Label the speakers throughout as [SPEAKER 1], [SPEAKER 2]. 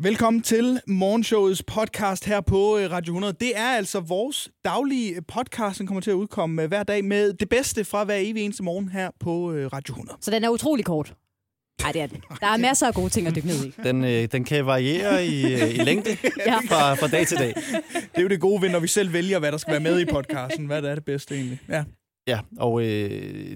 [SPEAKER 1] Velkommen til morgenshowets podcast her på øh, Radio 100. Det er altså vores daglige øh, podcast, som kommer til at udkomme øh, hver dag med det bedste fra hver evig eneste morgen her på øh, Radio 100.
[SPEAKER 2] Så den er utrolig kort. Nej, det er den. Der er masser af gode ting at dykke ned i.
[SPEAKER 3] Den, øh, den kan variere i, øh, i længde
[SPEAKER 2] Ja.
[SPEAKER 3] fra, fra dag til dag.
[SPEAKER 1] Det er jo det gode ved, når vi selv vælger, hvad der skal være med i podcasten. Hvad der er det bedste egentlig. Ja.
[SPEAKER 3] Ja, og øh,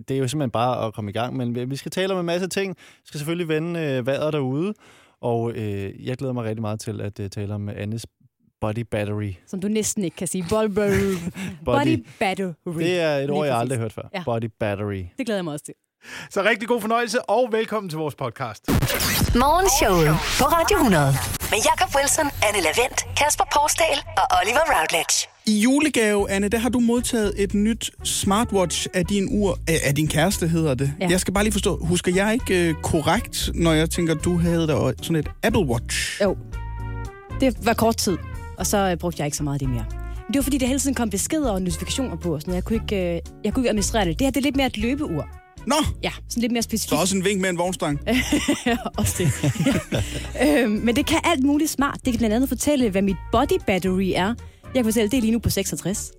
[SPEAKER 3] det er jo simpelthen bare at komme i gang. Men vi- vi skal tale om en masse ting. Vi skal selvfølgelig vende øh, vejret derude. Og øh, jeg glæder mig rigtig meget til at øh, tale om Annes body battery.
[SPEAKER 2] Som du næsten ikke kan sige. Volvo. Body battery.
[SPEAKER 3] Det er et
[SPEAKER 2] Lige
[SPEAKER 3] ord, jeg
[SPEAKER 2] præcis.
[SPEAKER 3] aldrig har hørt før.
[SPEAKER 2] Ja.
[SPEAKER 3] Body battery.
[SPEAKER 2] Det glæder jeg mig også til.
[SPEAKER 4] Så rigtig god fornøjelse, og velkommen til vores podcast.
[SPEAKER 5] Morgenshowet på Radio 100. Med Jakob Wilson, Anne Lavendt, Kasper Porsdal og Oliver Routledge.
[SPEAKER 1] I julegave, Anne, der har du modtaget et nyt smartwatch af din ur, øh, af din kæreste hedder det. Ja.
[SPEAKER 2] Ja.
[SPEAKER 1] Jeg skal bare lige forstå, husker jeg ikke øh, korrekt, når jeg tænker, du havde der sådan et Apple Watch?
[SPEAKER 2] Jo. Det var kort tid, og så øh, brugte jeg ikke så meget af det mere. Men det var fordi, det hele tiden kom beskeder og notifikationer på, og sådan noget. jeg kunne ikke, øh, jeg kunne ikke administrere det. Det her det er lidt mere et løbeur.
[SPEAKER 1] Nå,
[SPEAKER 2] Ja, sådan lidt mere
[SPEAKER 1] så
[SPEAKER 2] specifikt.
[SPEAKER 1] også en vink med en vognstang.
[SPEAKER 2] Ja, også det. ja. øhm, men det kan alt muligt smart. Det kan blandt andet fortælle, hvad mit body battery er. Jeg kan fortælle, det er lige nu på 66.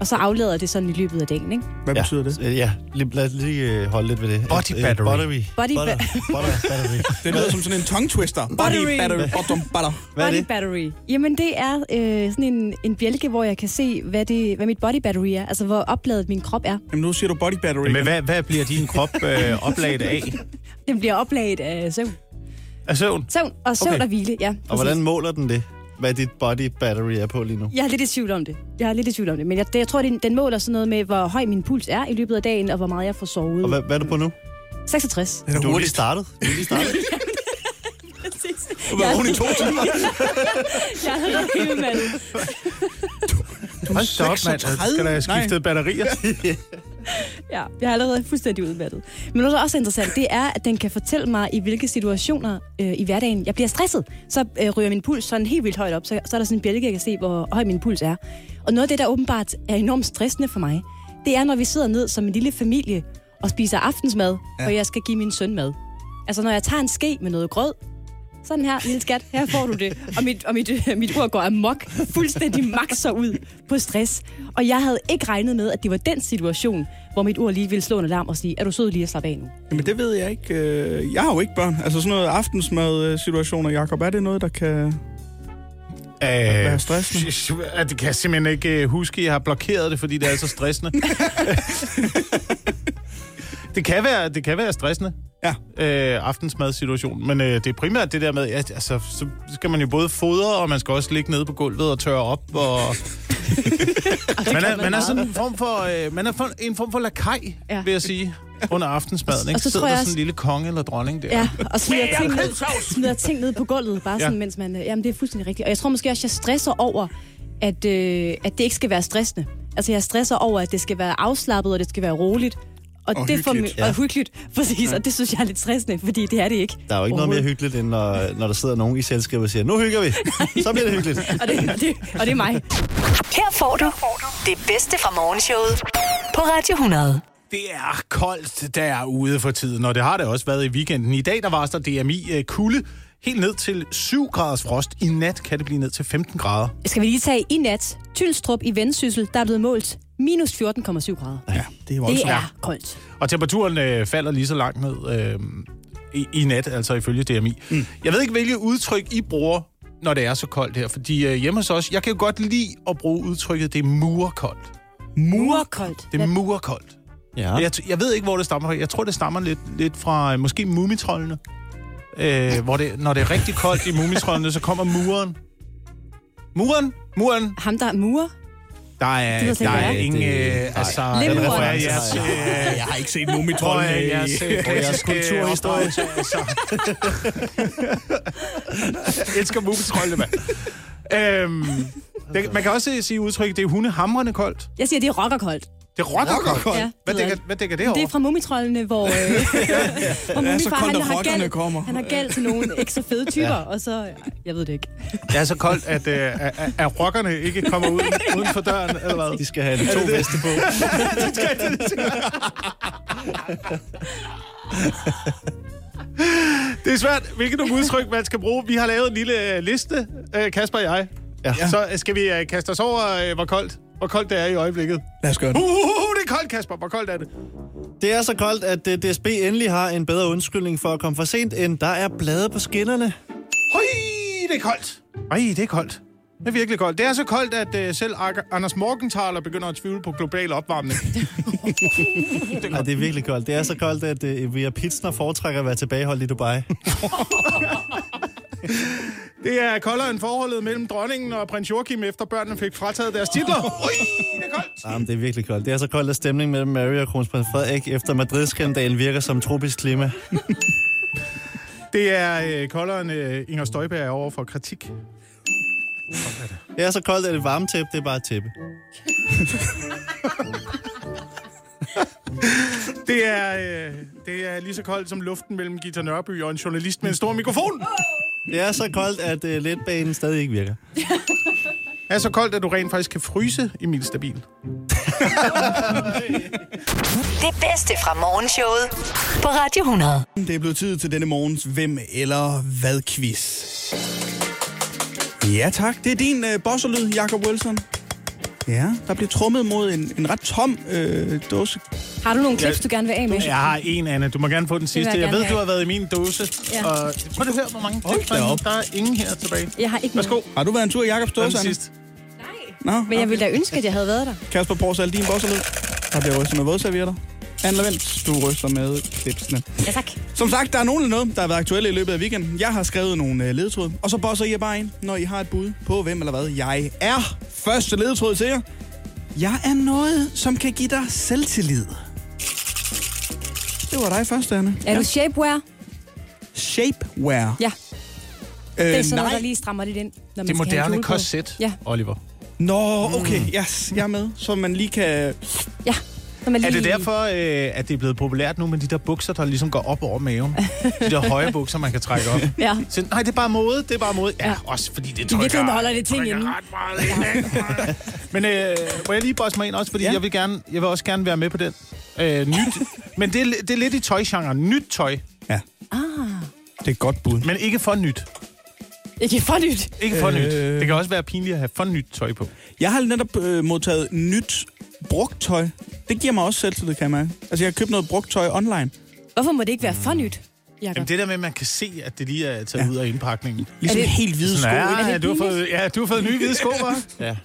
[SPEAKER 2] Og så aflader det sådan i løbet af dagen, ikke?
[SPEAKER 1] Hvad
[SPEAKER 3] Ja.
[SPEAKER 1] betyder det?
[SPEAKER 3] Øh, Ja, lige, lad os lige øh, holde lidt ved det.
[SPEAKER 4] Body
[SPEAKER 3] Et, øh,
[SPEAKER 4] battery.
[SPEAKER 3] Buttery.
[SPEAKER 2] Body
[SPEAKER 3] Butter, butter, battery.
[SPEAKER 1] Det lyder som sådan en tongue twister. Body,
[SPEAKER 2] Buttery.
[SPEAKER 1] battery, bottom, butter.
[SPEAKER 3] Hvad er
[SPEAKER 2] body
[SPEAKER 3] det?
[SPEAKER 2] battery. Jamen, det er øh, sådan en, en bjælke, hvor jeg kan se, hvad, det, hvad mit body battery er. Altså, hvor opladet min krop er.
[SPEAKER 1] Jamen, nu siger du body battery.
[SPEAKER 4] Men hvad, hvad bliver din krop øh, oplaget af?
[SPEAKER 2] Den bliver opladet af søvn.
[SPEAKER 4] Af søvn?
[SPEAKER 2] Søvn og søvn
[SPEAKER 4] Okay.
[SPEAKER 2] okay. og hvile, ja.
[SPEAKER 3] Og
[SPEAKER 2] præcis.
[SPEAKER 3] hvordan måler den det? Hvad dit body battery er på lige nu?
[SPEAKER 2] Jeg er lidt i tvivl om det. Jeg er lidt i tvivl om det. Men jeg, det, jeg tror, den, den måler sådan noget med, hvor høj min puls er i løbet af dagen, og hvor meget jeg får sovet.
[SPEAKER 3] Og hvad, hvad er du på nu?
[SPEAKER 2] 66.
[SPEAKER 1] Det er da
[SPEAKER 3] Du er lige
[SPEAKER 1] hurtigt.
[SPEAKER 3] startet. Du er lige startet.
[SPEAKER 1] Du har været vågen i to timer.
[SPEAKER 2] Jeg er allerede helt mand.
[SPEAKER 4] Hold da
[SPEAKER 1] Altså,
[SPEAKER 4] op, mand. Altså,
[SPEAKER 1] 36?
[SPEAKER 4] Skal der have skiftet batterier?
[SPEAKER 2] Ja, jeg er allerede fuldstændig udmattet. Men noget, der også er interessant, det er, at den kan fortælle mig, i hvilke situationer øh, i hverdagen jeg bliver stresset. Så øh, ryger min puls sådan helt vildt højt op, så, så er der sådan en bjælke, jeg kan se, hvor høj min puls er. Og noget af det, der åbenbart er enormt stressende for mig, det er, når vi sidder ned som en lille familie og spiser aftensmad, ja. og jeg skal give min søn mad. Altså, når jeg tager en ske med noget grød, sådan her, lille skat, her får du det. Og mit, og mit, øh, mit ur går amok, fuldstændig makser ud på stress. Og jeg havde ikke regnet med, at det var den situation, hvor mit ur lige ville slå en alarm og sige, er du sød lige at slappe af nu?
[SPEAKER 1] Jamen, det ved jeg ikke. Øh, Jeg har jo ikke børn. Altså, sådan noget aftensmad-situationer, Jacob, er det noget, der kan...
[SPEAKER 4] Hvad
[SPEAKER 1] er stressende?
[SPEAKER 4] Det kan jeg simpelthen ikke øh, huske. Jeg har blokeret det, fordi det er så stressende. det, kan være, det kan være stressende.
[SPEAKER 1] Ja.
[SPEAKER 4] Øh, aftensmadssituation. Men øh, det er primært det der med, at altså, så skal man jo både fodre, og man skal også ligge nede på gulvet og tørre op. Og... man, er, man er sådan en form for, øh, man er for, en form for lakaj,
[SPEAKER 2] Ja.
[SPEAKER 4] ja. vil jeg sige, under aftensmaden. Ikke?
[SPEAKER 2] Og så
[SPEAKER 4] Sidder
[SPEAKER 2] tror jeg
[SPEAKER 4] der
[SPEAKER 2] også-
[SPEAKER 4] sådan en lille konge eller dronning der.
[SPEAKER 2] Ja, og smider ting ned, smider ting ned på gulvet, bare sådan, ja.
[SPEAKER 4] Ja.
[SPEAKER 2] mens man... øh, Jamen, det er fuldstændig rigtigt. Og jeg tror måske også, jeg stresser over, at, øh, at det ikke skal være stressende. Altså, jeg stresser over, at det skal være afslappet, og det skal være roligt. Og,
[SPEAKER 1] Og
[SPEAKER 2] det for,
[SPEAKER 1] hyggeligt,
[SPEAKER 2] ja. og hyggeligt, præcis. Ja. Og det synes jeg er lidt stressende, fordi det er det ikke.
[SPEAKER 3] Der er jo ikke noget mere
[SPEAKER 2] Overhovedet.
[SPEAKER 3] hyggeligt, end når, når der sidder nogen i selskabet og siger, nu hygger vi, så bliver det hyggeligt.
[SPEAKER 2] og det, det, og det er mig.
[SPEAKER 5] Her får du det bedste fra morgenshowet på Radio 100.
[SPEAKER 4] Det er koldt derude for tiden, og det har det også været i weekenden. I dag der varsler DMI øh, kulde helt ned til 7 graders frost. I nat kan det blive ned til 15 grader.
[SPEAKER 2] Skal vi lige tage i nat? Tylstrup i Vendsyssel, der er blevet målt minus 14,7 grader.
[SPEAKER 1] Ja, det er
[SPEAKER 2] Det
[SPEAKER 1] voldsomt.
[SPEAKER 2] er koldt.
[SPEAKER 4] Og temperaturen øh, falder lige så langt ned øh, i, i nat, altså ifølge DMI. Mm. Jeg ved ikke, hvilke udtryk I bruger, når det er så koldt her. Fordi øh, hjemme hos os, jeg kan jo godt lide at bruge udtrykket, det er murkoldt.
[SPEAKER 2] Urkoldt.
[SPEAKER 4] Det er murkoldt.
[SPEAKER 3] Ja.
[SPEAKER 4] Jeg, t- jeg ved ikke, hvor det stammer fra. Jeg tror, det stammer lidt, lidt fra øh, måske mumitrollene. Øh, hvor det, når det er rigtig koldt i mumitrollene, så kommer muren. Muren? Muren?
[SPEAKER 2] Ham, der er murer.
[SPEAKER 4] Der
[SPEAKER 2] Det ved
[SPEAKER 4] er,
[SPEAKER 2] jeg
[SPEAKER 4] der
[SPEAKER 2] slet
[SPEAKER 4] er
[SPEAKER 2] ikke,
[SPEAKER 4] ingen...
[SPEAKER 3] hvad er.
[SPEAKER 4] Øh, altså,
[SPEAKER 2] Lemmuren.
[SPEAKER 4] den refererer
[SPEAKER 3] Ja,
[SPEAKER 4] jeres,
[SPEAKER 3] ja,
[SPEAKER 4] øh,
[SPEAKER 1] Jeg har ikke set
[SPEAKER 4] tror
[SPEAKER 1] mumitrollene
[SPEAKER 4] jeg,
[SPEAKER 1] i...
[SPEAKER 4] jeres, øh,
[SPEAKER 3] jeres
[SPEAKER 4] klassiske
[SPEAKER 3] kulturhistorie.
[SPEAKER 4] opdragelse, altså. Jeg elsker mumitrollene, mand. Øhm, det, man kan også sige udtrykket, det er hundehamrende koldt.
[SPEAKER 2] Jeg siger, det er rockerkoldt.
[SPEAKER 4] Det er rockerkoldt.
[SPEAKER 2] Ja, det
[SPEAKER 4] hvad,
[SPEAKER 2] ved jeg
[SPEAKER 4] dækker,
[SPEAKER 2] ikke.
[SPEAKER 4] hvad dækker det over?
[SPEAKER 2] Det er fra mumitrollene, hvor, øh, hvor
[SPEAKER 1] Det er så
[SPEAKER 2] mumifar,
[SPEAKER 1] koldt,
[SPEAKER 2] han,
[SPEAKER 1] at
[SPEAKER 2] har
[SPEAKER 1] rockerne
[SPEAKER 2] gæld,
[SPEAKER 1] kommer.
[SPEAKER 2] han har gæld til nogle ikke så fede typer, ja. og så... Jeg ved det ikke.
[SPEAKER 4] Det er så koldt, at, øh, at, at- at rockerne ikke kommer ud uden for døren, eller hvad?
[SPEAKER 3] De skal have de to veste på.
[SPEAKER 4] Det er svært, hvilke nogle udtryk, man skal bruge. Vi har lavet en lille øh, liste, øh, Kasper og jeg. Ja. Så øh, skal vi øh, kaste os over, øh, hvor koldt hvor koldt det er i øjeblikket.
[SPEAKER 1] Lad os gøre
[SPEAKER 4] Uh,
[SPEAKER 1] det.
[SPEAKER 4] uh, uh, det er koldt, Kasper. Hvor koldt er det?
[SPEAKER 3] Det er så koldt, at øh, DSB endelig har en bedre undskyldning for at komme for sent, end der er blade på skinnerne.
[SPEAKER 4] Høj, det er koldt. Ej, det er koldt. Det er virkelig koldt. Det er så koldt, at øh, selv Ak- Anders Morgenthaler begynder at tvivle på global opvarmning.
[SPEAKER 3] Ja, det er virkelig koldt. Det er så koldt, at øh, Via Pitsner foretrækker at være tilbageholdt i Dubai.
[SPEAKER 4] Det er koldere end forholdet mellem dronningen og prins Joachim, efter børnene fik frataget deres titler. Ui, det er koldt.
[SPEAKER 3] Jamen, det er virkelig koldt. Det er så koldt, at stemningen mellem Mary og kronprins Frederik efter Madrid-skandalen virker som tropisk klima.
[SPEAKER 4] Det er øh, koldere end øh, Inger Støjberg er over for kritik.
[SPEAKER 3] Det er så koldt, at det varme tæppe, det er bare et tæppe.
[SPEAKER 4] Det er, øh, det er lige så koldt som luften mellem Gita Nørby og en journalist med en stor mikrofon.
[SPEAKER 3] Det er så koldt, at øh, letbanen stadig ikke virker.
[SPEAKER 4] Det er så koldt, at du rent faktisk kan fryse, Emil Stabil.
[SPEAKER 5] Det bedste fra morgenshowet på Radio 100.
[SPEAKER 1] Det er blevet tid til denne morgens Hvem eller Hvad-quiz. Ja tak, det er din øh, bosserlyd, Jacob Wilson. Ja, der bliver trummet mod en, en ret tom øh, dåse.
[SPEAKER 2] Har du nogle klips, du gerne vil af med?
[SPEAKER 4] Jeg har en, Anna. Du må gerne få den sidste.
[SPEAKER 2] jeg
[SPEAKER 4] Jeg,
[SPEAKER 2] gerne
[SPEAKER 4] ved,
[SPEAKER 2] have.
[SPEAKER 4] du har været i min dose.
[SPEAKER 2] Ja.
[SPEAKER 4] Ja. Og prøv lige at høre, hvor mange
[SPEAKER 1] Hold
[SPEAKER 4] der
[SPEAKER 1] da
[SPEAKER 4] er.
[SPEAKER 1] op.
[SPEAKER 4] Der er ingen her tilbage.
[SPEAKER 2] Jeg har ikke
[SPEAKER 4] Værsgo.
[SPEAKER 2] noget.
[SPEAKER 1] Har du været en tur i Jacobs
[SPEAKER 4] Den
[SPEAKER 1] dåse, Anna?
[SPEAKER 4] sidste.
[SPEAKER 1] Nå,
[SPEAKER 2] Men jeg ville da ønske, at jeg havde været der.
[SPEAKER 1] Kasper Pors, alle dine bosserlyd. Der bliver rystet med vådservietter. Anne Lavendt, du ryster med klipsene.
[SPEAKER 2] Ja, tak.
[SPEAKER 1] Som sagt, der er nogen eller noget, der har været aktuelle i løbet af weekenden. Jeg har skrevet nogle øh, ledetråde, og så bosser I jer bare ind, når I har et bud på, hvem eller hvad jeg er. Første ledetråd til jer. Jeg er noget, som kan give dig selvtillid. Det var dig først, Anne.
[SPEAKER 2] Er du shapewear?
[SPEAKER 1] Shapewear.
[SPEAKER 2] Ja,
[SPEAKER 1] Øh,
[SPEAKER 2] det er sådan noget,
[SPEAKER 1] nej.
[SPEAKER 2] der lige strammer lidt ind. Når man
[SPEAKER 4] Det
[SPEAKER 2] skal have en
[SPEAKER 4] moderne
[SPEAKER 2] kjole på.
[SPEAKER 4] korset,
[SPEAKER 2] Ja,
[SPEAKER 4] Oliver.
[SPEAKER 1] Nå, okay, yes, jeg er med. Så man lige kan...
[SPEAKER 2] ja. Når man
[SPEAKER 4] Er
[SPEAKER 2] lige...
[SPEAKER 4] det derfor, øh, at det er blevet populært nu med de der bukser, der ligesom går op over maven? De der høje bukser, man kan trække op.
[SPEAKER 2] Ja.
[SPEAKER 4] Så, nej, det er bare mode, det er bare mode. Ja,
[SPEAKER 2] Ja.
[SPEAKER 4] ja. også fordi det
[SPEAKER 2] virkeligheden
[SPEAKER 4] trykker,
[SPEAKER 2] holder det ting
[SPEAKER 4] trykker
[SPEAKER 2] inde.
[SPEAKER 4] ret meget ja. Men øh, må jeg lige bosse mig ind også, fordi
[SPEAKER 1] Ja.
[SPEAKER 4] ja. jeg, vil gerne, jeg vil også gerne være med på den. Øh, nyt. Men det er, det er lidt i tøjgenren. Nyt tøj,
[SPEAKER 1] Ja,
[SPEAKER 2] Ah,
[SPEAKER 1] det er et godt bud.
[SPEAKER 4] men ikke for nyt.
[SPEAKER 2] ikke for nyt.
[SPEAKER 4] Ikke for øh... nyt.
[SPEAKER 1] Øh.
[SPEAKER 4] Det kan også være pinligt at have for nyt tøj på.
[SPEAKER 1] Jeg har netop øh, modtaget nyt brugt tøj. Det giver mig også selvtillid, kan man. Altså, jeg har købt noget brugt tøj online.
[SPEAKER 2] Hvorfor må det ikke være for nyt, Jacob?
[SPEAKER 4] Jamen, det der med, at man kan se, at det lige er taget
[SPEAKER 1] Ja.
[SPEAKER 4] ja. ud af indpakningen.
[SPEAKER 1] Ligesom
[SPEAKER 2] Er det-
[SPEAKER 1] helt hvide sko.
[SPEAKER 4] Ja,
[SPEAKER 1] ikke?
[SPEAKER 2] Er
[SPEAKER 4] ja,
[SPEAKER 2] det
[SPEAKER 4] du har
[SPEAKER 2] pinligt?
[SPEAKER 4] fået, ja, du har fået nye hvide sko, hva'?
[SPEAKER 3] Ja.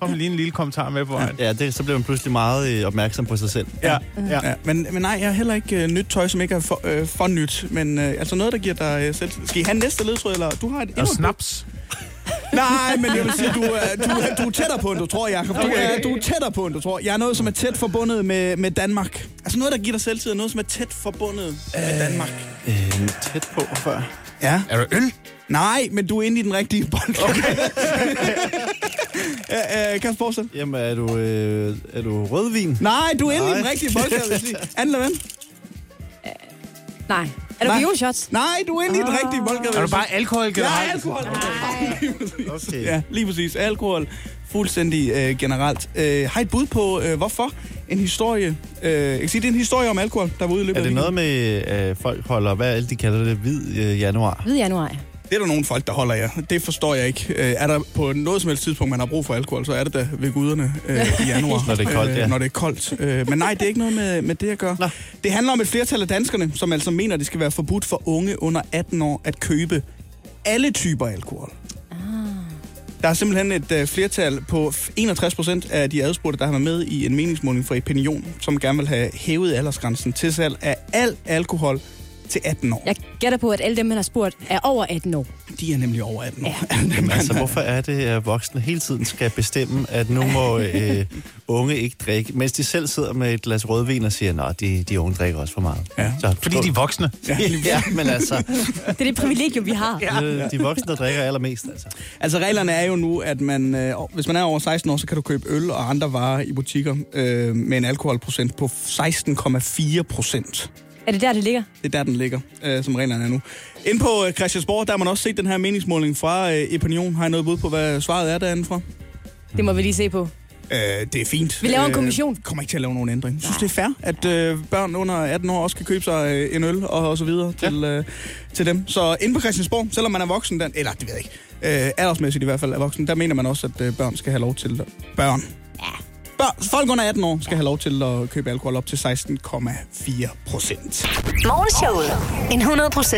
[SPEAKER 4] Kom lige en lille kommentar med på vejen.
[SPEAKER 3] Ja, det, så bliver man pludselig meget øh, opmærksom på sig selv.
[SPEAKER 4] Ja, ja.
[SPEAKER 1] Ja, men, men nej, jeg har heller ikke øh, nyt tøj, som ikke er for, øh, for nyt. Men øh, altså noget, der giver dig øh, selv... Skal I have en næste ledtråd, eller du har et... endnu
[SPEAKER 4] Og
[SPEAKER 1] et
[SPEAKER 4] snaps.
[SPEAKER 1] bud? Nej, men jeg vil sige, du er, du, er, du er tættere på, end du tror, Jacob. Du, er,
[SPEAKER 4] Okay.
[SPEAKER 1] du er tættere på, end du tror. Jeg er noget, som er tæt forbundet med, med Danmark. Altså noget, der giver dig selvtid, noget, som er tæt forbundet med Danmark.
[SPEAKER 3] Øh, tæt på før.
[SPEAKER 1] Ja.
[SPEAKER 4] Er du øl?
[SPEAKER 1] Nej, men du er inde i den rigtige bold. Okay. øh, øh, Kasper Borsen.
[SPEAKER 3] Jamen, er du, øh, er du rødvin?
[SPEAKER 1] Nej, du er inde i den
[SPEAKER 3] Nej.
[SPEAKER 1] rigtige bold, vil jeg sige. Anne Lavend.
[SPEAKER 2] Nej. Er du
[SPEAKER 1] Nej.
[SPEAKER 2] violshots?
[SPEAKER 1] Nej, du er inde i den rigtige bold, vil jeg
[SPEAKER 4] Er du
[SPEAKER 1] sige.
[SPEAKER 4] bare alkohol
[SPEAKER 1] Ja,
[SPEAKER 4] generelt?
[SPEAKER 1] alkohol.
[SPEAKER 3] Okay.
[SPEAKER 1] Ja, lige præcis. Alkohol fuldstændig øh, generelt. Øh, har I et bud på, øh, hvorfor en historie... Øh, jeg kan sige, det er en historie om alkohol, der var ude i løbet
[SPEAKER 3] Er
[SPEAKER 1] af
[SPEAKER 3] det
[SPEAKER 1] weekenden.
[SPEAKER 3] noget med, øh, folk holder, hvad er det, de kalder det, hvid øh, januar?
[SPEAKER 2] Hvid januar. ja.
[SPEAKER 1] Det er der nogle folk, der holder jer. Det forstår jeg ikke. Øh, er der på noget som helst tidspunkt, man har brug for alkohol, så er det da ved guderne øh, i januar.
[SPEAKER 3] Når det er koldt, ja.
[SPEAKER 1] Når det er koldt. Øh, men nej, det er ikke noget med, med det at gøre.
[SPEAKER 3] Nå.
[SPEAKER 1] Det handler om et flertal af danskerne, som altså mener, det skal være forbudt for unge under 18 år at købe alle typer alkohol.
[SPEAKER 3] Ah.
[SPEAKER 1] Der er simpelthen et øh, flertal på f- 61 procent af de adspurgte, der har været med i en meningsmåling fra Opinion, som gerne vil have hævet aldersgrænsen til salg af al alkohol til 18 år.
[SPEAKER 2] Jeg gætter på, at alle dem, man har spurgt, er over 18 år.
[SPEAKER 1] De er nemlig over 18 år.
[SPEAKER 3] Altså, hvorfor er det, at voksne hele tiden skal bestemme, at nu må øh, unge ikke drikke, mens de selv sidder med et glas rødvin og siger, at de, de unge drikker også for meget.
[SPEAKER 1] Ja.
[SPEAKER 3] Så,
[SPEAKER 4] Fordi de er voksne.
[SPEAKER 3] ja, men altså,
[SPEAKER 2] Det er det privilegium, vi har.
[SPEAKER 3] øh, de voksne, der drikker allermest, altså.
[SPEAKER 1] Altså reglerne er jo nu, at man, øh, hvis man er over 16 år, så kan du købe øl og andre varer i butikker øh, med en alkoholprocent på 16,4 procent.
[SPEAKER 2] Er det der, det ligger?
[SPEAKER 1] Det er der, den ligger, øh, som reglerne er nu. Inde på øh, Christiansborg, der har man også set den her meningsmåling fra øh, Epinion. Har I noget bud på, hvad svaret er derinde fra?
[SPEAKER 2] Det må vi lige se på.
[SPEAKER 1] Øh, det er fint.
[SPEAKER 2] Vi laver en
[SPEAKER 1] Øh,
[SPEAKER 2] kommission.
[SPEAKER 1] kommer ikke til at lave nogen ændring. Jeg synes, det er fair, at øh, børn under 18 år også kan købe sig øh, en øl og, og så videre til, øh, til dem. Så inde på Christiansborg, selvom man er voksen, den, eller det ved jeg ikke, øh, aldersmæssigt i hvert fald er voksen, der mener man også, at øh, børn skal have lov til... Børn. Ja. Børn, folk under 18 år skal have lov til at købe alkohol op til 16,4 procent.
[SPEAKER 5] Morgenshowet.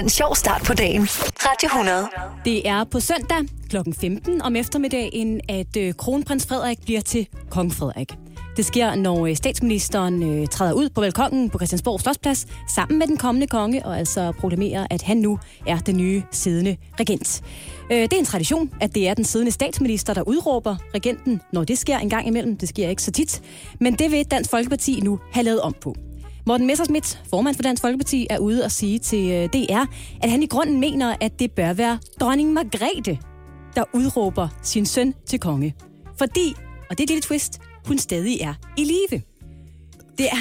[SPEAKER 5] En 100% sjov start på dagen. Radio 100.
[SPEAKER 2] Det er på søndag kl. 15 om eftermiddagen, at øh, kronprins Frederik bliver til kong Frederik. Det sker, når øh, statsministeren øh, træder ud på balkongen på Christiansborg Slotsplads sammen med den kommende konge, og altså proklamerer, at han nu er den nye siddende regent. Øh, det er en tradition, at det er den siddende statsminister, der udråber regenten, når det sker en gang imellem. Det sker ikke så tit, men det vil Dansk Folkeparti nu have lavet om på. Morten Messersmith, formand for Dansk Folkeparti, er ude og sige til øh, DR, at han i grunden mener, at det bør være dronning Margrethe, der udråber sin søn til konge. Fordi, og det er et lille twist, hun stadig er i live. Det er...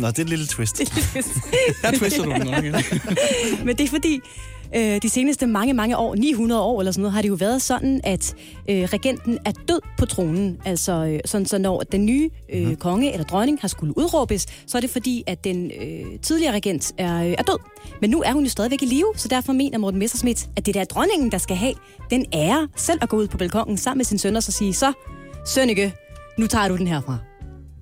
[SPEAKER 3] Nå, det er et lille twist.
[SPEAKER 2] det er et lille twist.
[SPEAKER 1] Der twister du den nok, ikke?
[SPEAKER 2] Men det er fordi, øh, de seneste mange, mange år, 900 år eller sådan noget, har det jo været sådan, at øh, regenten er død på tronen. Altså øh, sådan, så når den nye
[SPEAKER 3] Mhm.
[SPEAKER 2] øh, konge eller dronning har skulle udråbes, så er det fordi, at den øh, tidligere regent er, øh, er død. Men nu er hun jo stadigvæk i live, så derfor mener Morten Messerschmidt, at det der dronningen, der skal have den ære selv at gå ud på balkongen sammen med sin søn og så sige, så Sønneke, nu tager du den herfra.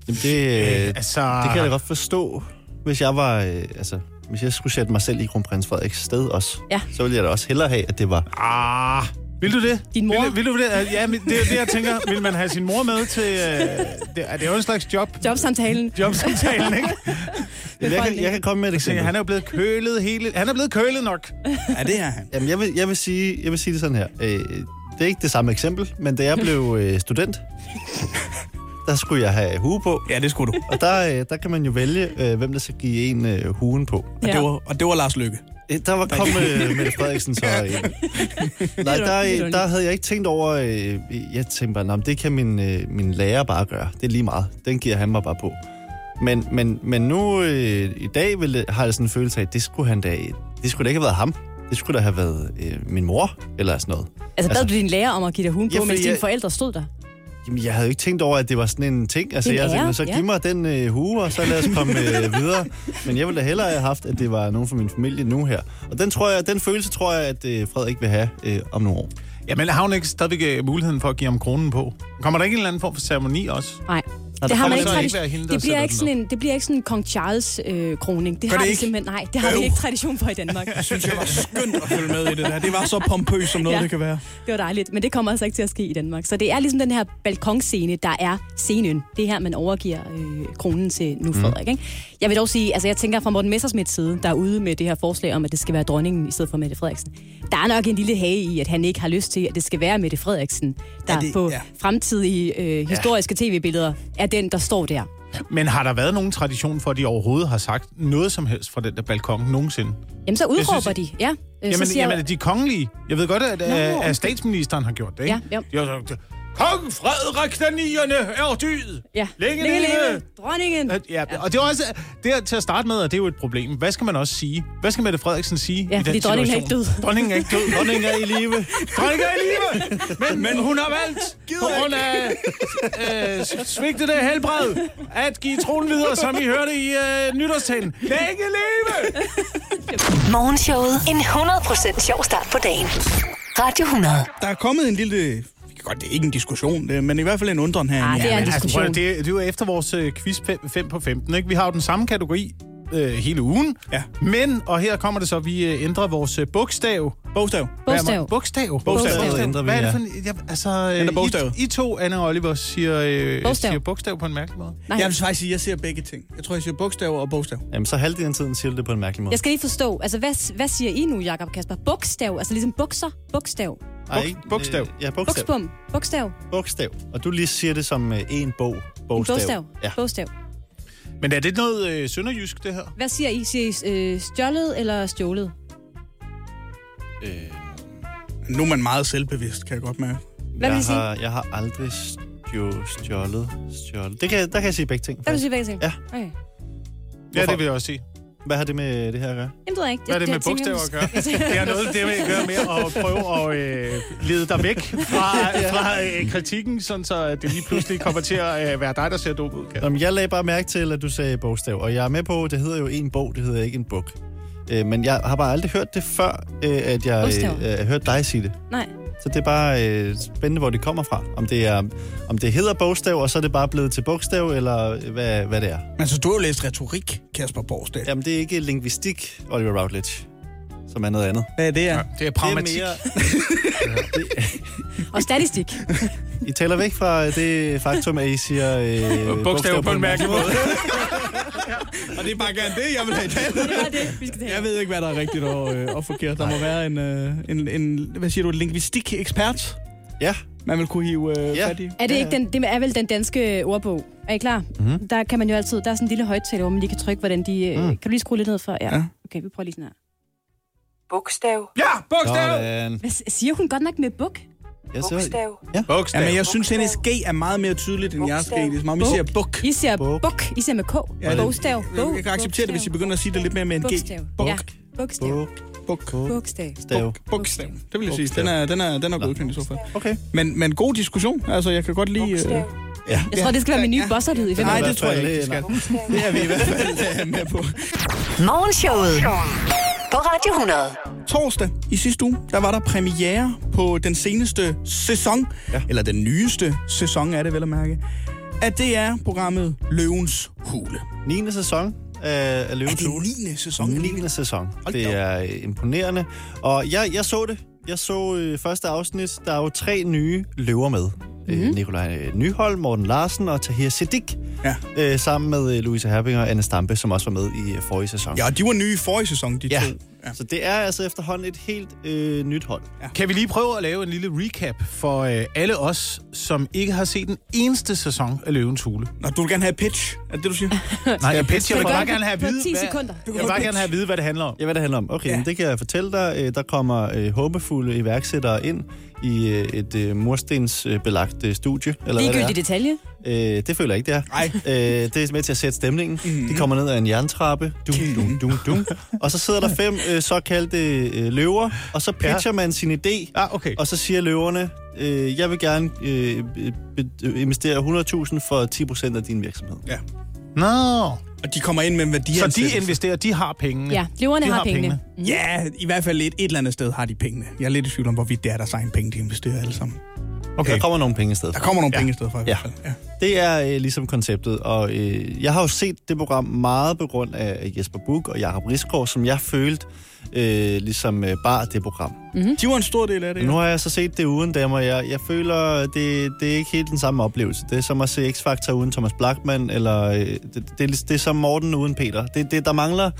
[SPEAKER 3] Jamen, det, øh,
[SPEAKER 4] altså...
[SPEAKER 3] det kan jeg da godt forstå, hvis jeg var... Øh, altså, hvis jeg skulle sætte mig selv i kronprins Frederiks sted også,
[SPEAKER 2] Ja.
[SPEAKER 3] så ville jeg da også hellere have, at det var...
[SPEAKER 4] Ah, vil du det?
[SPEAKER 2] Din mor?
[SPEAKER 4] Vil, vil du det? Ja, men det er jo det, jeg tænker. Vil man have sin mor med til... Øh, det, er det jo en slags job?
[SPEAKER 2] Jobsamtalen.
[SPEAKER 4] Jobsamtalen, ikke?
[SPEAKER 3] Jeg kan, jeg kan komme med et
[SPEAKER 4] Så
[SPEAKER 3] eksempel.
[SPEAKER 4] han er jo blevet kølet hele... Han er blevet kølet nok.
[SPEAKER 1] Ja, det er han.
[SPEAKER 3] Jamen, jeg vil, jeg vil, sige, jeg vil sige det sådan her. Øh, det er ikke det samme eksempel, men da jeg blev øh, student, der skulle jeg have hue på.
[SPEAKER 1] Ja, det skulle du.
[SPEAKER 3] Og der, øh, der kan man jo vælge, øh, hvem der skal give en øh, huen på.
[SPEAKER 1] Og, det var, og det var Lars Lykke.
[SPEAKER 3] Øh, Der var kom øh, Mette Frederiksen så... Øh. Nej, der, øh, der havde jeg ikke tænkt over... Øh, jeg tænkte bare, "Nå, men det kan min, øh, min lærer bare gøre. Det er lige meget. Den giver han mig bare på. Men, men, men nu øh, i dag vil, har jeg sådan en følelse af, at det skulle, han da, det skulle da ikke have været ham. Det skulle da have været øh, min mor, eller sådan noget.
[SPEAKER 2] Altså bad
[SPEAKER 3] Altså-
[SPEAKER 2] du din lærer om at give dig hun på,
[SPEAKER 3] Ja,
[SPEAKER 2] ja,
[SPEAKER 3] fordi
[SPEAKER 2] mens dine
[SPEAKER 3] jeg-
[SPEAKER 2] forældre stod der?
[SPEAKER 3] Jamen, jeg havde jo ikke tænkt over, at det var sådan en ting. Altså,
[SPEAKER 2] En
[SPEAKER 3] jeg tænkte,
[SPEAKER 2] ære,
[SPEAKER 3] så giv
[SPEAKER 2] ja.
[SPEAKER 3] mig den øh, hue, og så lad os komme øh, videre. Men jeg ville da hellere have haft, at det var nogen fra min familie nu her. Og den, tror jeg, den følelse tror jeg, at øh, Frederik vil have øh, om nogle år.
[SPEAKER 4] Jamen, har hun ikke stadigvæk øh, muligheden for at give ham kronen på? Kommer der ikke en eller anden form for ceremoni også?
[SPEAKER 2] Nej.
[SPEAKER 3] der
[SPEAKER 2] Det har man
[SPEAKER 4] kommer
[SPEAKER 2] ikke,
[SPEAKER 4] så
[SPEAKER 2] tradi-
[SPEAKER 4] ikke være hende, der
[SPEAKER 2] det, bliver
[SPEAKER 4] sætter
[SPEAKER 2] ikke
[SPEAKER 4] den
[SPEAKER 2] sådan en, det bliver ikke sådan en kong Charles øh, kroning. Det
[SPEAKER 1] Gør
[SPEAKER 2] har
[SPEAKER 1] det
[SPEAKER 2] vi
[SPEAKER 1] ikke?
[SPEAKER 2] simpelthen nej, det har vi
[SPEAKER 1] Øv.
[SPEAKER 2] ikke tradition for i Danmark.
[SPEAKER 1] Jeg synes, jeg var skønt at følge med i det der. Det var så pompøst, som noget
[SPEAKER 2] Ja.
[SPEAKER 1] det kan være.
[SPEAKER 2] Det var dejligt, men det kommer altså ikke til at ske i Danmark. Så det er ligesom den her balkonscene, der er scenen. Det er her, man overgiver øh, kronen til nu Frederik. Ikke? Jeg vil dog sige, altså jeg tænker fra Morten Messersmiths side, der er ude med det her forslag om, at det skal være dronningen i stedet for Mette Frederiksen. Der er nok en lille hage i, at han ikke har lyst til, at det skal være Mette Frederiksen, der
[SPEAKER 1] det-
[SPEAKER 2] det, på
[SPEAKER 1] ja.
[SPEAKER 2] ja. fremtidige øh, historiske tv-billeder er den, der står der.
[SPEAKER 4] Men har der været nogen tradition for, at de overhovedet har sagt noget som helst fra den der balkon nogensinde?
[SPEAKER 2] Jamen så
[SPEAKER 4] synes,
[SPEAKER 2] udråber
[SPEAKER 4] at-
[SPEAKER 2] de, ja. Øh, så
[SPEAKER 4] Jamen,
[SPEAKER 2] siger-
[SPEAKER 4] jamen, er de kongelige? Jeg ved godt, at, at,
[SPEAKER 2] undskyld.
[SPEAKER 4] at statsministeren har gjort det, ikke?
[SPEAKER 2] Ja, jo.
[SPEAKER 4] De har sagt, Kong Frederik den 9. er død!
[SPEAKER 2] Ja.
[SPEAKER 4] Længe, længe leve!
[SPEAKER 2] Dronningen!
[SPEAKER 4] At- Ja, og det er også, det er, til at starte med, at det er jo et problem. Hvad skal man også sige? Hvad skal Mette Frederiksen sige
[SPEAKER 2] Ja,
[SPEAKER 4] i den
[SPEAKER 2] fordi
[SPEAKER 4] situation?
[SPEAKER 2] dronningen er ikke død.
[SPEAKER 4] Dronningen er ikke død. Dronningen er i live. Dronningen er i live! Men, men hun har valgt, på grund af øh, svigtede helbred, at give tronen videre, som I hørte i øh, nytårstalen. Længe leve!
[SPEAKER 5] Morgenshowet. En 100% sjov start på dagen. Radio 100.
[SPEAKER 1] Der er kommet en lille... vi kan Godt, det er ikke en diskussion, det- men i hvert fald en undren her.
[SPEAKER 2] Ah, det er en
[SPEAKER 4] men
[SPEAKER 2] diskussion.
[SPEAKER 4] prøv at- det, er- det er jo efter vores øh, quiz 5 på 15. Ikke? Vi har jo den samme kategori øh, hele ugen.
[SPEAKER 1] Ja.
[SPEAKER 4] Men, og her kommer det så, vi øh, ændrer vores øh, bogstav.
[SPEAKER 1] Bogstav.
[SPEAKER 4] Hvad er
[SPEAKER 2] Bogstav.
[SPEAKER 4] man- Bogstav.
[SPEAKER 1] Bogstav.
[SPEAKER 3] ændrer vi,
[SPEAKER 4] Hvad er det
[SPEAKER 3] ja.
[SPEAKER 4] for en... Ja, altså, øh,
[SPEAKER 1] Ændrer bogstavet.
[SPEAKER 4] I, I to, Anna og Oliver, siger, øh,
[SPEAKER 2] Bogstav.
[SPEAKER 4] siger bogstav på en mærkelig måde.
[SPEAKER 2] Nej.
[SPEAKER 1] Jeg vil faktisk sige, at jeg ser begge ting. Jeg tror, jeg siger bogstav og bogstav.
[SPEAKER 3] Jamen, så halvdelen af tiden siger du det på en mærkelig måde.
[SPEAKER 2] Jeg skal lige forstå, altså hvad, hvad siger I nu, Jakob Kasper? Bogstav, altså ligesom bukser, bogstav,
[SPEAKER 3] Ej,
[SPEAKER 4] Buk-
[SPEAKER 3] ikke- øh,
[SPEAKER 4] bogstav.
[SPEAKER 3] Ja, bogstav.
[SPEAKER 2] buksbum, bogstav,
[SPEAKER 3] Bogstav. Og du lige siger det som øh, en bog. Bogstav.
[SPEAKER 2] bogstav,
[SPEAKER 3] Ja.
[SPEAKER 2] bogstav.
[SPEAKER 4] Men er det noget øh, sønderjysk, det her?
[SPEAKER 2] Hvad siger I? Siger I øh, stjålet eller stjålet?
[SPEAKER 3] Øh,
[SPEAKER 1] Nu er man meget selvbevidst, kan jeg godt mærke.
[SPEAKER 2] Hvad vil
[SPEAKER 3] jeg,
[SPEAKER 2] I sige?
[SPEAKER 3] har, jeg har aldrig stjå, stjålet. stjålet. Det kan, der kan jeg sige begge ting.
[SPEAKER 2] Der vil du sige begge ting.
[SPEAKER 3] Ja.
[SPEAKER 2] Okay.
[SPEAKER 4] Ja,
[SPEAKER 3] Hvorfor?
[SPEAKER 4] det vil jeg også sige.
[SPEAKER 3] Hvad har det med det her at gøre?
[SPEAKER 2] Jamen, det ved jeg ikke.
[SPEAKER 4] Hvad er det med bogstaver at gøre? Det har noget det med at gøre med at prøve at øh, lede dig væk fra, fra øh, kritikken, sådan så at det lige pludselig kommer til at øh, være dig, der ser dum ud. Kat.
[SPEAKER 3] Nå, men jeg lagde bare mærke til, at du sagde bogstav, og jeg er med på, det hedder jo en bog, det hedder ikke en bog. Øh, men jeg har bare aldrig hørt det før, øh, at jeg
[SPEAKER 2] Bogstav.
[SPEAKER 3] øh, øh, hørte dig sige det.
[SPEAKER 2] Nej.
[SPEAKER 3] Så det er bare øh, spændende, hvor det kommer fra. Om det, er, om det hedder bogstav, og så er det bare blevet til bogstav, eller øh, hvad, hvad det er.
[SPEAKER 1] Altså, du har jo læst retorik, Kasper Borgstad.
[SPEAKER 3] Jamen, det er ikke lingvistik, Oliver Routledge, som er noget andet.
[SPEAKER 1] Hvad er det er?
[SPEAKER 4] Det er
[SPEAKER 3] Det
[SPEAKER 4] pragmatik.
[SPEAKER 3] er
[SPEAKER 2] Og statistik.
[SPEAKER 3] mere, I taler væk fra det faktum, at I siger... Øh,
[SPEAKER 4] Bogstaver på en mærkelig måde.
[SPEAKER 1] Og det er bare gerne det, jeg vil have i tale.
[SPEAKER 2] Det var det, vi skal
[SPEAKER 1] Jeg
[SPEAKER 2] tale.
[SPEAKER 1] ved ikke, hvad der er rigtigt og, øh, og forkert. Der må være en, øh, en, en, hvad siger du, en lingvistik-ekspert,
[SPEAKER 3] Ja,
[SPEAKER 1] man vil kunne hive øh,
[SPEAKER 3] Ja.
[SPEAKER 1] fat i.
[SPEAKER 2] Er det, ikke den, det er vel den danske ordbog? Er I klar?
[SPEAKER 4] Mhm.
[SPEAKER 2] Mm-hmm. Der kan man jo altid... Der er sådan en lille højttaler, hvor man lige kan trykke, hvordan de... Mm. Kan du lige skrue lidt ned for? Ja.
[SPEAKER 1] Ja.
[SPEAKER 2] ja. Okay, vi prøver lige sådan her.
[SPEAKER 5] Bogstav.
[SPEAKER 4] Ja, bogstav!
[SPEAKER 3] sådan.
[SPEAKER 2] Hvad s- siger hun godt nok med buk?
[SPEAKER 3] Jeg siger,
[SPEAKER 5] Bogstav.
[SPEAKER 1] Ja,
[SPEAKER 4] Bogstav.
[SPEAKER 1] men jeg synes, hendes G er meget mere tydeligt end jeres G. Det er som om, I
[SPEAKER 2] Bog.
[SPEAKER 1] siger buk.
[SPEAKER 2] I siger
[SPEAKER 3] Buk.
[SPEAKER 2] buk. I siger med K.
[SPEAKER 1] Ja, det-
[SPEAKER 2] Bogstav. Bog.
[SPEAKER 1] Jeg kan acceptere det, hvis I begynder at sige det lidt mere med en G.
[SPEAKER 2] Bogstav.
[SPEAKER 1] Bog.
[SPEAKER 2] Ja. Bogstav.
[SPEAKER 3] bog,
[SPEAKER 1] Buk.
[SPEAKER 2] Bogstav.
[SPEAKER 3] stav.
[SPEAKER 1] Bogstav. Det vil jeg sige.
[SPEAKER 3] Bogstav.
[SPEAKER 1] Den er, den er, den er godkendt i så fald.
[SPEAKER 3] Okay.
[SPEAKER 1] Men, men god diskussion. Altså, jeg kan godt lide... Øh,
[SPEAKER 3] Ja.
[SPEAKER 2] Jeg tror, det skal være min nye bosserlyd i den
[SPEAKER 1] nej,
[SPEAKER 3] i
[SPEAKER 1] det
[SPEAKER 3] hvert
[SPEAKER 1] tror jeg
[SPEAKER 3] fald,
[SPEAKER 1] ikke,
[SPEAKER 3] øh,
[SPEAKER 1] skat. Det er vi i hvert fald øh, med på.
[SPEAKER 5] Morgenshowet på Radio 100.
[SPEAKER 1] Torsdag i sidste uge, der var der premiere på den seneste sæson, ja. eller den nyeste sæson er det vel at mærke, at det er programmet Løvens Hule.
[SPEAKER 3] 9. sæson af, af
[SPEAKER 1] Er
[SPEAKER 3] Løvens Hule.
[SPEAKER 1] det 9. sæson?
[SPEAKER 3] 9. sæson.
[SPEAKER 1] Hold
[SPEAKER 3] det
[SPEAKER 1] da op.
[SPEAKER 3] er øh, imponerende. Og jeg, jeg så det. Jeg så øh, første afsnit. Der er jo tre nye løver med. Mm.
[SPEAKER 1] Mhm.
[SPEAKER 3] Øh, Nikolaj øh, Nyholm, Morten Larsen og Tahir Siddiq.
[SPEAKER 1] Ja.
[SPEAKER 3] Øh, sammen med øh, Louise Herbinger og Anne Stampe, som også var med i øh, forrige sæson.
[SPEAKER 1] Ja, og de var nye i forrige sæson, de
[SPEAKER 3] Ja.
[SPEAKER 1] to.
[SPEAKER 3] ja. Så det er altså efterhånden et helt øh, nyt hold.
[SPEAKER 4] Kan vi lige prøve at lave en lille recap for øh, alle os, som ikke har set den eneste sæson af Løvens Hule?
[SPEAKER 1] Nå, du vil gerne have et pitch, er det det, du siger?
[SPEAKER 4] Nej, jeg, pitch, jeg vil
[SPEAKER 2] Gør
[SPEAKER 4] bare
[SPEAKER 2] det
[SPEAKER 4] gerne have at
[SPEAKER 2] på
[SPEAKER 4] vide,
[SPEAKER 2] 10
[SPEAKER 4] hvad,
[SPEAKER 2] sekunder.
[SPEAKER 4] jeg vil bare gerne have at vide, hvad det handler om.
[SPEAKER 3] Ja, hvad det handler om. Okay,
[SPEAKER 1] Ja.
[SPEAKER 3] ja. det kan jeg fortælle dig. Øh, Der kommer øh, håbefulde iværksættere ind i øh, et øh, murstensbelagt øh, studie. Eller hvad det er.
[SPEAKER 2] Ligegyldig detalje.
[SPEAKER 3] Øh, det føler jeg ikke, det er.
[SPEAKER 1] Nej.
[SPEAKER 3] Øh, det er med til at sætte stemningen. Mm. De kommer ned ad en jerntrappe. Dum, dum, dum, dum. og så sidder der fem øh, såkaldte øh, løver, og så pitcher ja. man sin idé.
[SPEAKER 4] Ah, okay.
[SPEAKER 3] Og så siger løverne, øh, jeg vil gerne øh, be- øh, investere 100.000 for 10% af din virksomhed.
[SPEAKER 1] Ja.
[SPEAKER 4] Nå,
[SPEAKER 1] Og de kommer ind med en
[SPEAKER 4] så
[SPEAKER 1] værdiansættelse.
[SPEAKER 4] de investerer, de har pengene.
[SPEAKER 2] Ja, løverne
[SPEAKER 4] de
[SPEAKER 2] har pengene.
[SPEAKER 1] Ja, i hvert fald et, et eller andet sted har de pengene. Jeg er lidt i tvivl om, hvorvidt det er deres egen penge, de investerer alle sammen.
[SPEAKER 3] Okay. Der kommer nogle penge i stedet.
[SPEAKER 1] Der kommer nogle
[SPEAKER 4] Ja.
[SPEAKER 1] penge i stedet for i
[SPEAKER 3] Ja.
[SPEAKER 1] hvert fald. Ja.
[SPEAKER 3] Det er øh, ligesom konceptet, og øh, jeg har jo set det program meget på grund af Jesper Buch og Jakob Risgaard, som jeg følte øh, ligesom øh, bar det program.
[SPEAKER 2] Mm.
[SPEAKER 1] De var en stor del af det.
[SPEAKER 3] Men nu
[SPEAKER 1] Ja.
[SPEAKER 3] har jeg så set det uden dem, og jeg, jeg føler, det, det er ikke helt den samme oplevelse. Det er som at se X-Factor uden Thomas Blackman, eller øh, det, det, er lig- det er som Morten uden Peter. Det, det, der mangler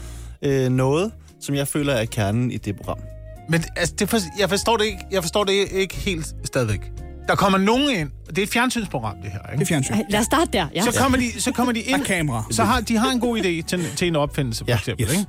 [SPEAKER 3] øh, noget, som jeg føler er kernen i det program.
[SPEAKER 4] Men altså, det for, jeg, forstår det ikke, jeg forstår det ikke helt stadigvæk. Der kommer nogen ind, og det er et fjernsynsprogram, det her,
[SPEAKER 1] Det er
[SPEAKER 4] ikke?
[SPEAKER 1] fjernsyn.
[SPEAKER 2] Ej, Lad os starte der. Ja.
[SPEAKER 4] Så kommer de, så kommer de
[SPEAKER 1] Der er
[SPEAKER 4] ind,
[SPEAKER 1] kamera.
[SPEAKER 4] så har, de har en god idé til, til en opfindelse, for
[SPEAKER 3] Ja,
[SPEAKER 4] eksempel,
[SPEAKER 1] yes.
[SPEAKER 4] ikke?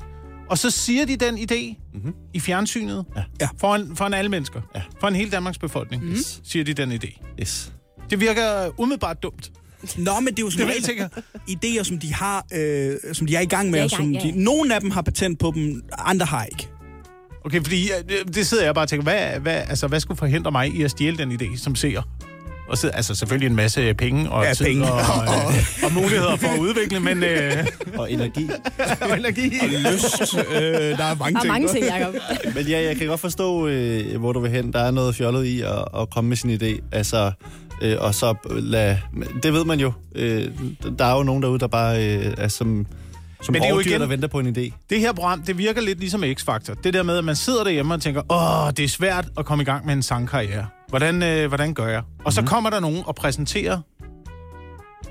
[SPEAKER 4] Og så siger de den idé mm-hmm. i fjernsynet
[SPEAKER 1] Ja.
[SPEAKER 4] foran, foran alle mennesker,
[SPEAKER 3] Ja.
[SPEAKER 4] foran hele Danmarks befolkning, mm-hmm. siger de den idé.
[SPEAKER 3] Yes.
[SPEAKER 4] Det virker umiddelbart dumt.
[SPEAKER 1] Nå, men det er jo sådan
[SPEAKER 4] Det er vel,
[SPEAKER 1] nogle idéer, som de, har, øh, som de er i gang med.
[SPEAKER 2] De er i
[SPEAKER 1] og som
[SPEAKER 2] gang, ja,
[SPEAKER 1] de,
[SPEAKER 2] ja.
[SPEAKER 1] Nogle af dem har patent på dem, andre har ikke.
[SPEAKER 4] Okay, fordi øh, det- det sidder jeg bare og tænker, hvad, hvad, altså, hvad skulle forhindre mig i at stjæle den idé som seer? Og så, altså selvfølgelig en masse penge og
[SPEAKER 1] Ja,
[SPEAKER 4] tid
[SPEAKER 1] penge.
[SPEAKER 4] Og, og, og muligheder for at udvikle, men øh,
[SPEAKER 3] Og energi.
[SPEAKER 4] og energi.
[SPEAKER 1] Lyst, øh, der er mange
[SPEAKER 2] Der er
[SPEAKER 1] ting.
[SPEAKER 2] mange ting, Jacob.
[SPEAKER 3] Men ja, jeg kan godt forstå, øh, hvor du vil hen. Der er noget fjollet i at, at komme med sin idé. Altså, øh, og så lad... Det ved man jo. Øh, der er jo nogen derude, der bare øh, er som, som
[SPEAKER 4] Men
[SPEAKER 3] Men
[SPEAKER 4] det er jo igen-
[SPEAKER 3] der venter på en idé.
[SPEAKER 4] Det her program, det virker lidt ligesom X-Factor. Det der med, at man sidder derhjemme og tænker, åh, det er svært at komme i gang med en sangkarriere. Hvordan, øh, hvordan gør jeg? Og så kommer der nogen og præsenterer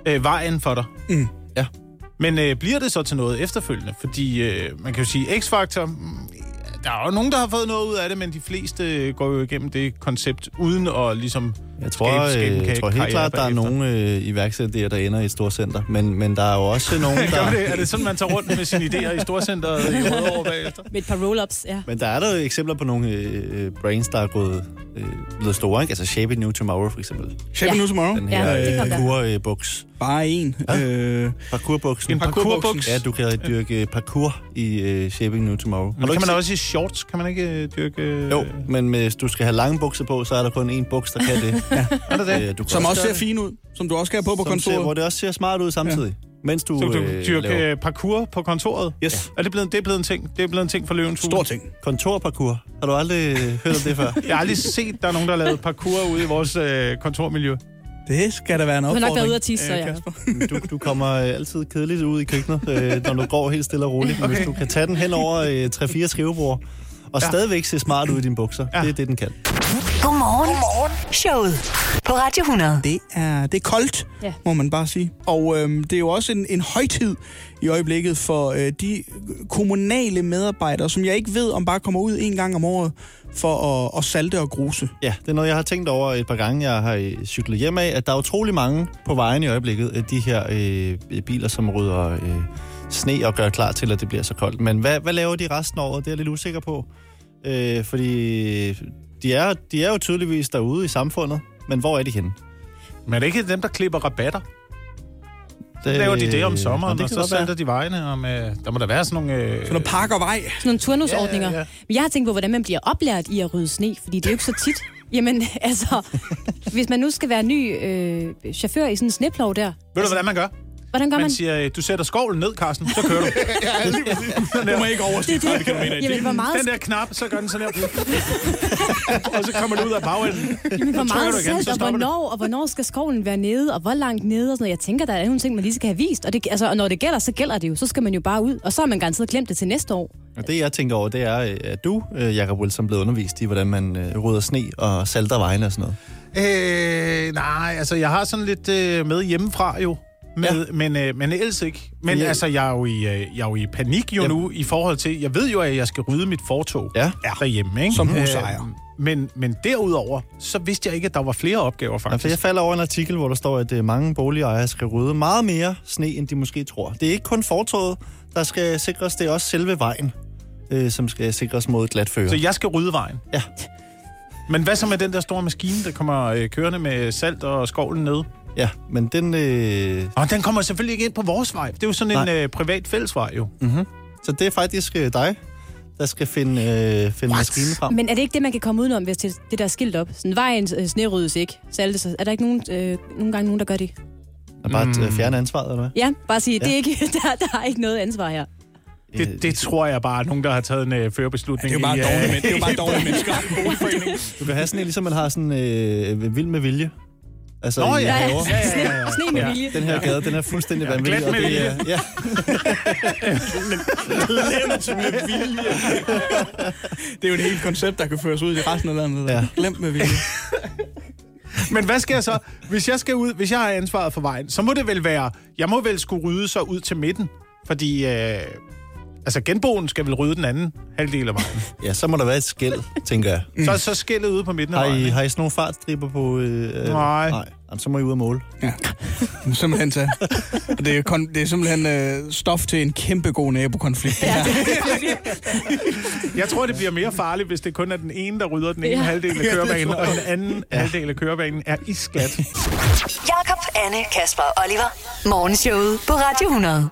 [SPEAKER 4] øh, vejen for dig.
[SPEAKER 1] Mm.
[SPEAKER 3] Ja.
[SPEAKER 4] Men øh, bliver det så til noget efterfølgende? Fordi øh, man kan jo sige, X-Factor, mm, der er jo nogen, der har fået noget ud af det, men de fleste øh, går jo igennem det koncept, uden at ligesom...
[SPEAKER 3] Jeg tror,
[SPEAKER 4] skabe-
[SPEAKER 3] skabe,
[SPEAKER 4] skabe en
[SPEAKER 3] jeg tror helt
[SPEAKER 4] karriere
[SPEAKER 3] klart, der er
[SPEAKER 4] bagefter.
[SPEAKER 3] nogle øh, iværksættere, der ender i et storcenter. Men, men der er jo også nogle,
[SPEAKER 4] Gør
[SPEAKER 3] der...
[SPEAKER 4] det, er det sådan, man tager rundt med sine idéer i storcenteret i Rødovre bagefter?
[SPEAKER 2] Med et par roll-ups, ja.
[SPEAKER 3] Men der er der jo eksempler på nogle øh, øh, brands, der er gået, øh, blevet store. Ikke? Altså Shape It New Tomorrow, for eksempel.
[SPEAKER 1] Shape
[SPEAKER 2] Ja.
[SPEAKER 1] ja. nu tomorrow.
[SPEAKER 3] Den
[SPEAKER 2] Ja,
[SPEAKER 3] her
[SPEAKER 2] det
[SPEAKER 3] ja,
[SPEAKER 2] kom
[SPEAKER 3] øh,
[SPEAKER 2] der.
[SPEAKER 3] parkour-buks.
[SPEAKER 1] Bare en. Øh,
[SPEAKER 3] Parkourbuksen.
[SPEAKER 4] En parkourbuks.
[SPEAKER 3] Ja, du kan dyrke parkour i øh, Shaping New Tomorrow. Har
[SPEAKER 4] Men
[SPEAKER 3] du
[SPEAKER 4] kan
[SPEAKER 3] ikke
[SPEAKER 4] man også i shorts? Kan man ikke øh, dyrke...
[SPEAKER 3] set- Jo, men hvis du skal have lange bukser på, så er der kun én buks, der kan det.
[SPEAKER 4] Er det det?
[SPEAKER 3] Øh, du kan
[SPEAKER 1] som også
[SPEAKER 3] gøre
[SPEAKER 1] ser
[SPEAKER 3] det.
[SPEAKER 1] fin ud. Som du også skal have på på
[SPEAKER 3] Som ser, hvor
[SPEAKER 1] kontoret.
[SPEAKER 3] det også ser smart ud samtidig. Ja. Mens du,
[SPEAKER 4] Så du kan
[SPEAKER 3] øh,
[SPEAKER 4] dyrke
[SPEAKER 3] laver
[SPEAKER 4] øh, parkour på kontoret?
[SPEAKER 1] Yes.
[SPEAKER 4] Er det blevet, det er blevet en ting? Det er blevet en ting for løvens hule?
[SPEAKER 1] Stor ting.
[SPEAKER 3] kontorparkour. Har du aldrig øh, hørt om det før?
[SPEAKER 4] Jeg har aldrig set, der er nogen, der har lavet parkour ude i vores øh, kontormiljø.
[SPEAKER 1] Det skal da være en
[SPEAKER 2] har nok
[SPEAKER 1] opfordring.
[SPEAKER 2] været ude at tisse, så
[SPEAKER 1] øh,
[SPEAKER 2] ja.
[SPEAKER 1] Kasper.
[SPEAKER 3] Du, du kommer øh, altid kedeligt ud i køkkenet, øh, når du går helt stille og roligt. Men hvis du kan tage den hen over øh, 3-4 skrivebord, og ja. stadigvæk se smart ud i dine bukser, ja. det er det, den kan.
[SPEAKER 5] Godmorgen. Godmorgen. Showet på Radio 100.
[SPEAKER 1] Det er, det er koldt,
[SPEAKER 2] Ja.
[SPEAKER 1] ja. må man bare sige. Og øhm, det er jo også en, en højtid i øjeblikket for øh, de kommunale medarbejdere, som jeg ikke ved, om bare kommer ud en gang om året for at, at salte og gruse.
[SPEAKER 3] Ja, det er noget, jeg har tænkt over et par gange, jeg har øh, cyklet hjem af, at der er utrolig mange på vejen i øjeblikket af de her øh, biler, som rydder øh, sne og gør klar til, at det bliver så koldt. Men hvad, hvad laver de resten af året? Det er jeg lidt usikker på. Øh, fordi de er, de er jo tydeligvis derude i samfundet, men hvor er de henne?
[SPEAKER 4] Men er det ikke dem, der klipper rabatter? Så laver de det
[SPEAKER 3] Øh,
[SPEAKER 4] om sommeren, og så sælger de vejene. Om, øh, der må der være sådan nogle... Øh,
[SPEAKER 1] Så når park og vej,
[SPEAKER 2] Sådan nogle turnusordninger.
[SPEAKER 4] Ja,
[SPEAKER 2] Ja,
[SPEAKER 4] ja, ja.
[SPEAKER 2] ja, Men jeg har tænkt på, hvordan man bliver oplært i at rydde sne, fordi det er jo ikke så tit. Jamen, altså, hvis man nu skal være ny øh, chauffør i sådan en sneplov der,
[SPEAKER 4] ved du, hvordan man gør?
[SPEAKER 2] hvordan gør man?
[SPEAKER 4] Man siger, øh, du sætter skovlen ned, Carsten, så kører du.
[SPEAKER 1] du må ikke overstige 30 km i
[SPEAKER 2] Jamen, hvor meget,
[SPEAKER 4] Den der knap, så gør den sådan her. og så kommer du ud af bagenden.
[SPEAKER 2] jamen, hvor
[SPEAKER 4] så trykker
[SPEAKER 2] meget
[SPEAKER 4] du igen,
[SPEAKER 2] selv,
[SPEAKER 4] så
[SPEAKER 2] og
[SPEAKER 4] stopper det.
[SPEAKER 2] hvornår, og hvornår skal skovlen være nede, og hvor langt nede, og sådan noget. Jeg tænker, der er nogle ting, man lige skal have vist. Og, det, altså, og når det gælder, så gælder det jo. Så skal man jo bare ud, og så har man garanteret glemt det til næste år.
[SPEAKER 3] Og det, jeg tænker over, det er, øh, at du, øh, Jacob Wilson, blev undervist i, hvordan man øh, rydder sne og salter vejene og sådan noget.
[SPEAKER 4] Øh, nej, altså jeg har sådan lidt øh, med hjemmefra jo. Med, ja. men, øh, men ellers ikke. Men
[SPEAKER 3] Ja.
[SPEAKER 4] ja. altså, jeg er, jo i, øh, jeg er jo i panik jo
[SPEAKER 3] Ja.
[SPEAKER 4] ja. nu i forhold til... Jeg ved jo, at jeg skal rydde mit fortog
[SPEAKER 3] Ja.
[SPEAKER 4] derhjemme, ikke?
[SPEAKER 1] Som
[SPEAKER 4] Øh,
[SPEAKER 1] husejer.
[SPEAKER 4] men, men derudover, så vidste jeg ikke, at der var flere opgaver,
[SPEAKER 3] Nå, for
[SPEAKER 4] faktisk.
[SPEAKER 3] Altså, jeg falder over en artikel, hvor der står, at øh, mange boligejere skal rydde meget mere sne, end de måske tror. Det er ikke kun fortoget, der skal sikres, det er også selve vejen, øh, som skal sikres mod glatfører.
[SPEAKER 4] Så jeg skal rydde vejen.
[SPEAKER 3] Ja.
[SPEAKER 4] Men hvad så med den der store maskine, der kommer øh, kørende med salt og skovlen ned?
[SPEAKER 3] Ja, men den... Øh,
[SPEAKER 4] Og den kommer selvfølgelig ikke ind på vores vej. Det er jo sådan
[SPEAKER 3] Nej.
[SPEAKER 4] en øh, privat fællesvej, jo.
[SPEAKER 3] så det er faktisk øh, dig, der skal finde, øh, finde maskinen frem.
[SPEAKER 2] Men er det ikke det, man kan komme udenom, hvis det, det der er skilt op? Sådan, vejen øh, sneryddes ikke. Så er, det, så, er der ikke nogen, øh, nogle gange nogen, der gør det?
[SPEAKER 3] Og bare
[SPEAKER 4] Mm.
[SPEAKER 3] øh, fjerne ansvaret, eller hvad?
[SPEAKER 2] Ja, bare sige, ja.
[SPEAKER 3] Ja.
[SPEAKER 2] det er ikke, der, der er ikke noget ansvar her.
[SPEAKER 3] Øh,
[SPEAKER 4] Det, det tror jeg bare, at nogen, der har taget en øh,
[SPEAKER 1] Det
[SPEAKER 4] førerbeslutning.
[SPEAKER 1] er jo bare
[SPEAKER 4] i, øh,
[SPEAKER 1] dårlige men- det er jo bare dårlige mennesker. Boligforening.
[SPEAKER 3] Du kan have sådan en, ligesom man har sådan øh, vild med vilje. Altså,
[SPEAKER 4] Nå,
[SPEAKER 3] i
[SPEAKER 4] ja.
[SPEAKER 3] haver.
[SPEAKER 4] ja, ja, ja,
[SPEAKER 2] Sne,
[SPEAKER 4] ja.
[SPEAKER 2] sne med
[SPEAKER 4] Ja.
[SPEAKER 2] vilje.
[SPEAKER 3] Den her gade, den er fuldstændig vanvittig.
[SPEAKER 4] glat
[SPEAKER 3] og
[SPEAKER 4] med
[SPEAKER 3] det er- Ja,
[SPEAKER 1] Det er jo et helt koncept, der kan føres ud i resten af landet.
[SPEAKER 3] Ja.
[SPEAKER 1] Ja. Glem med vilje.
[SPEAKER 4] Men hvad skal jeg så? Hvis jeg skal ud, hvis jeg har ansvaret for vejen, så må det vel være, jeg må vel skulle rydde så ud til midten, fordi øh, altså genboen skal vel rydde den anden halvdel af vejen.
[SPEAKER 3] ja, så må der være et skæld, tænker jeg.
[SPEAKER 4] Mm. Så så skillet ude på midten af
[SPEAKER 3] Har
[SPEAKER 4] vejen.
[SPEAKER 3] I,
[SPEAKER 4] ikke?
[SPEAKER 3] har I sådan nogle fartstriber på... Øh, øh,
[SPEAKER 4] Nej.
[SPEAKER 3] nej. Jamen, så må I ud og måle.
[SPEAKER 1] Ja. Det er Simpelthen tage. Og Det er, kon- det er simpelthen øh, stof til en kæmpe god nabokonflikt. Ja.
[SPEAKER 4] Jeg tror, det bliver mere farligt, hvis det kun er den ene, der rydder den ene
[SPEAKER 2] Ja.
[SPEAKER 4] halvdel af kørebanen, og den anden halvdel af kørebanen er i skat.
[SPEAKER 5] Jakob, Anne, Kasper og Oliver. Morgenshowet på Radio 100.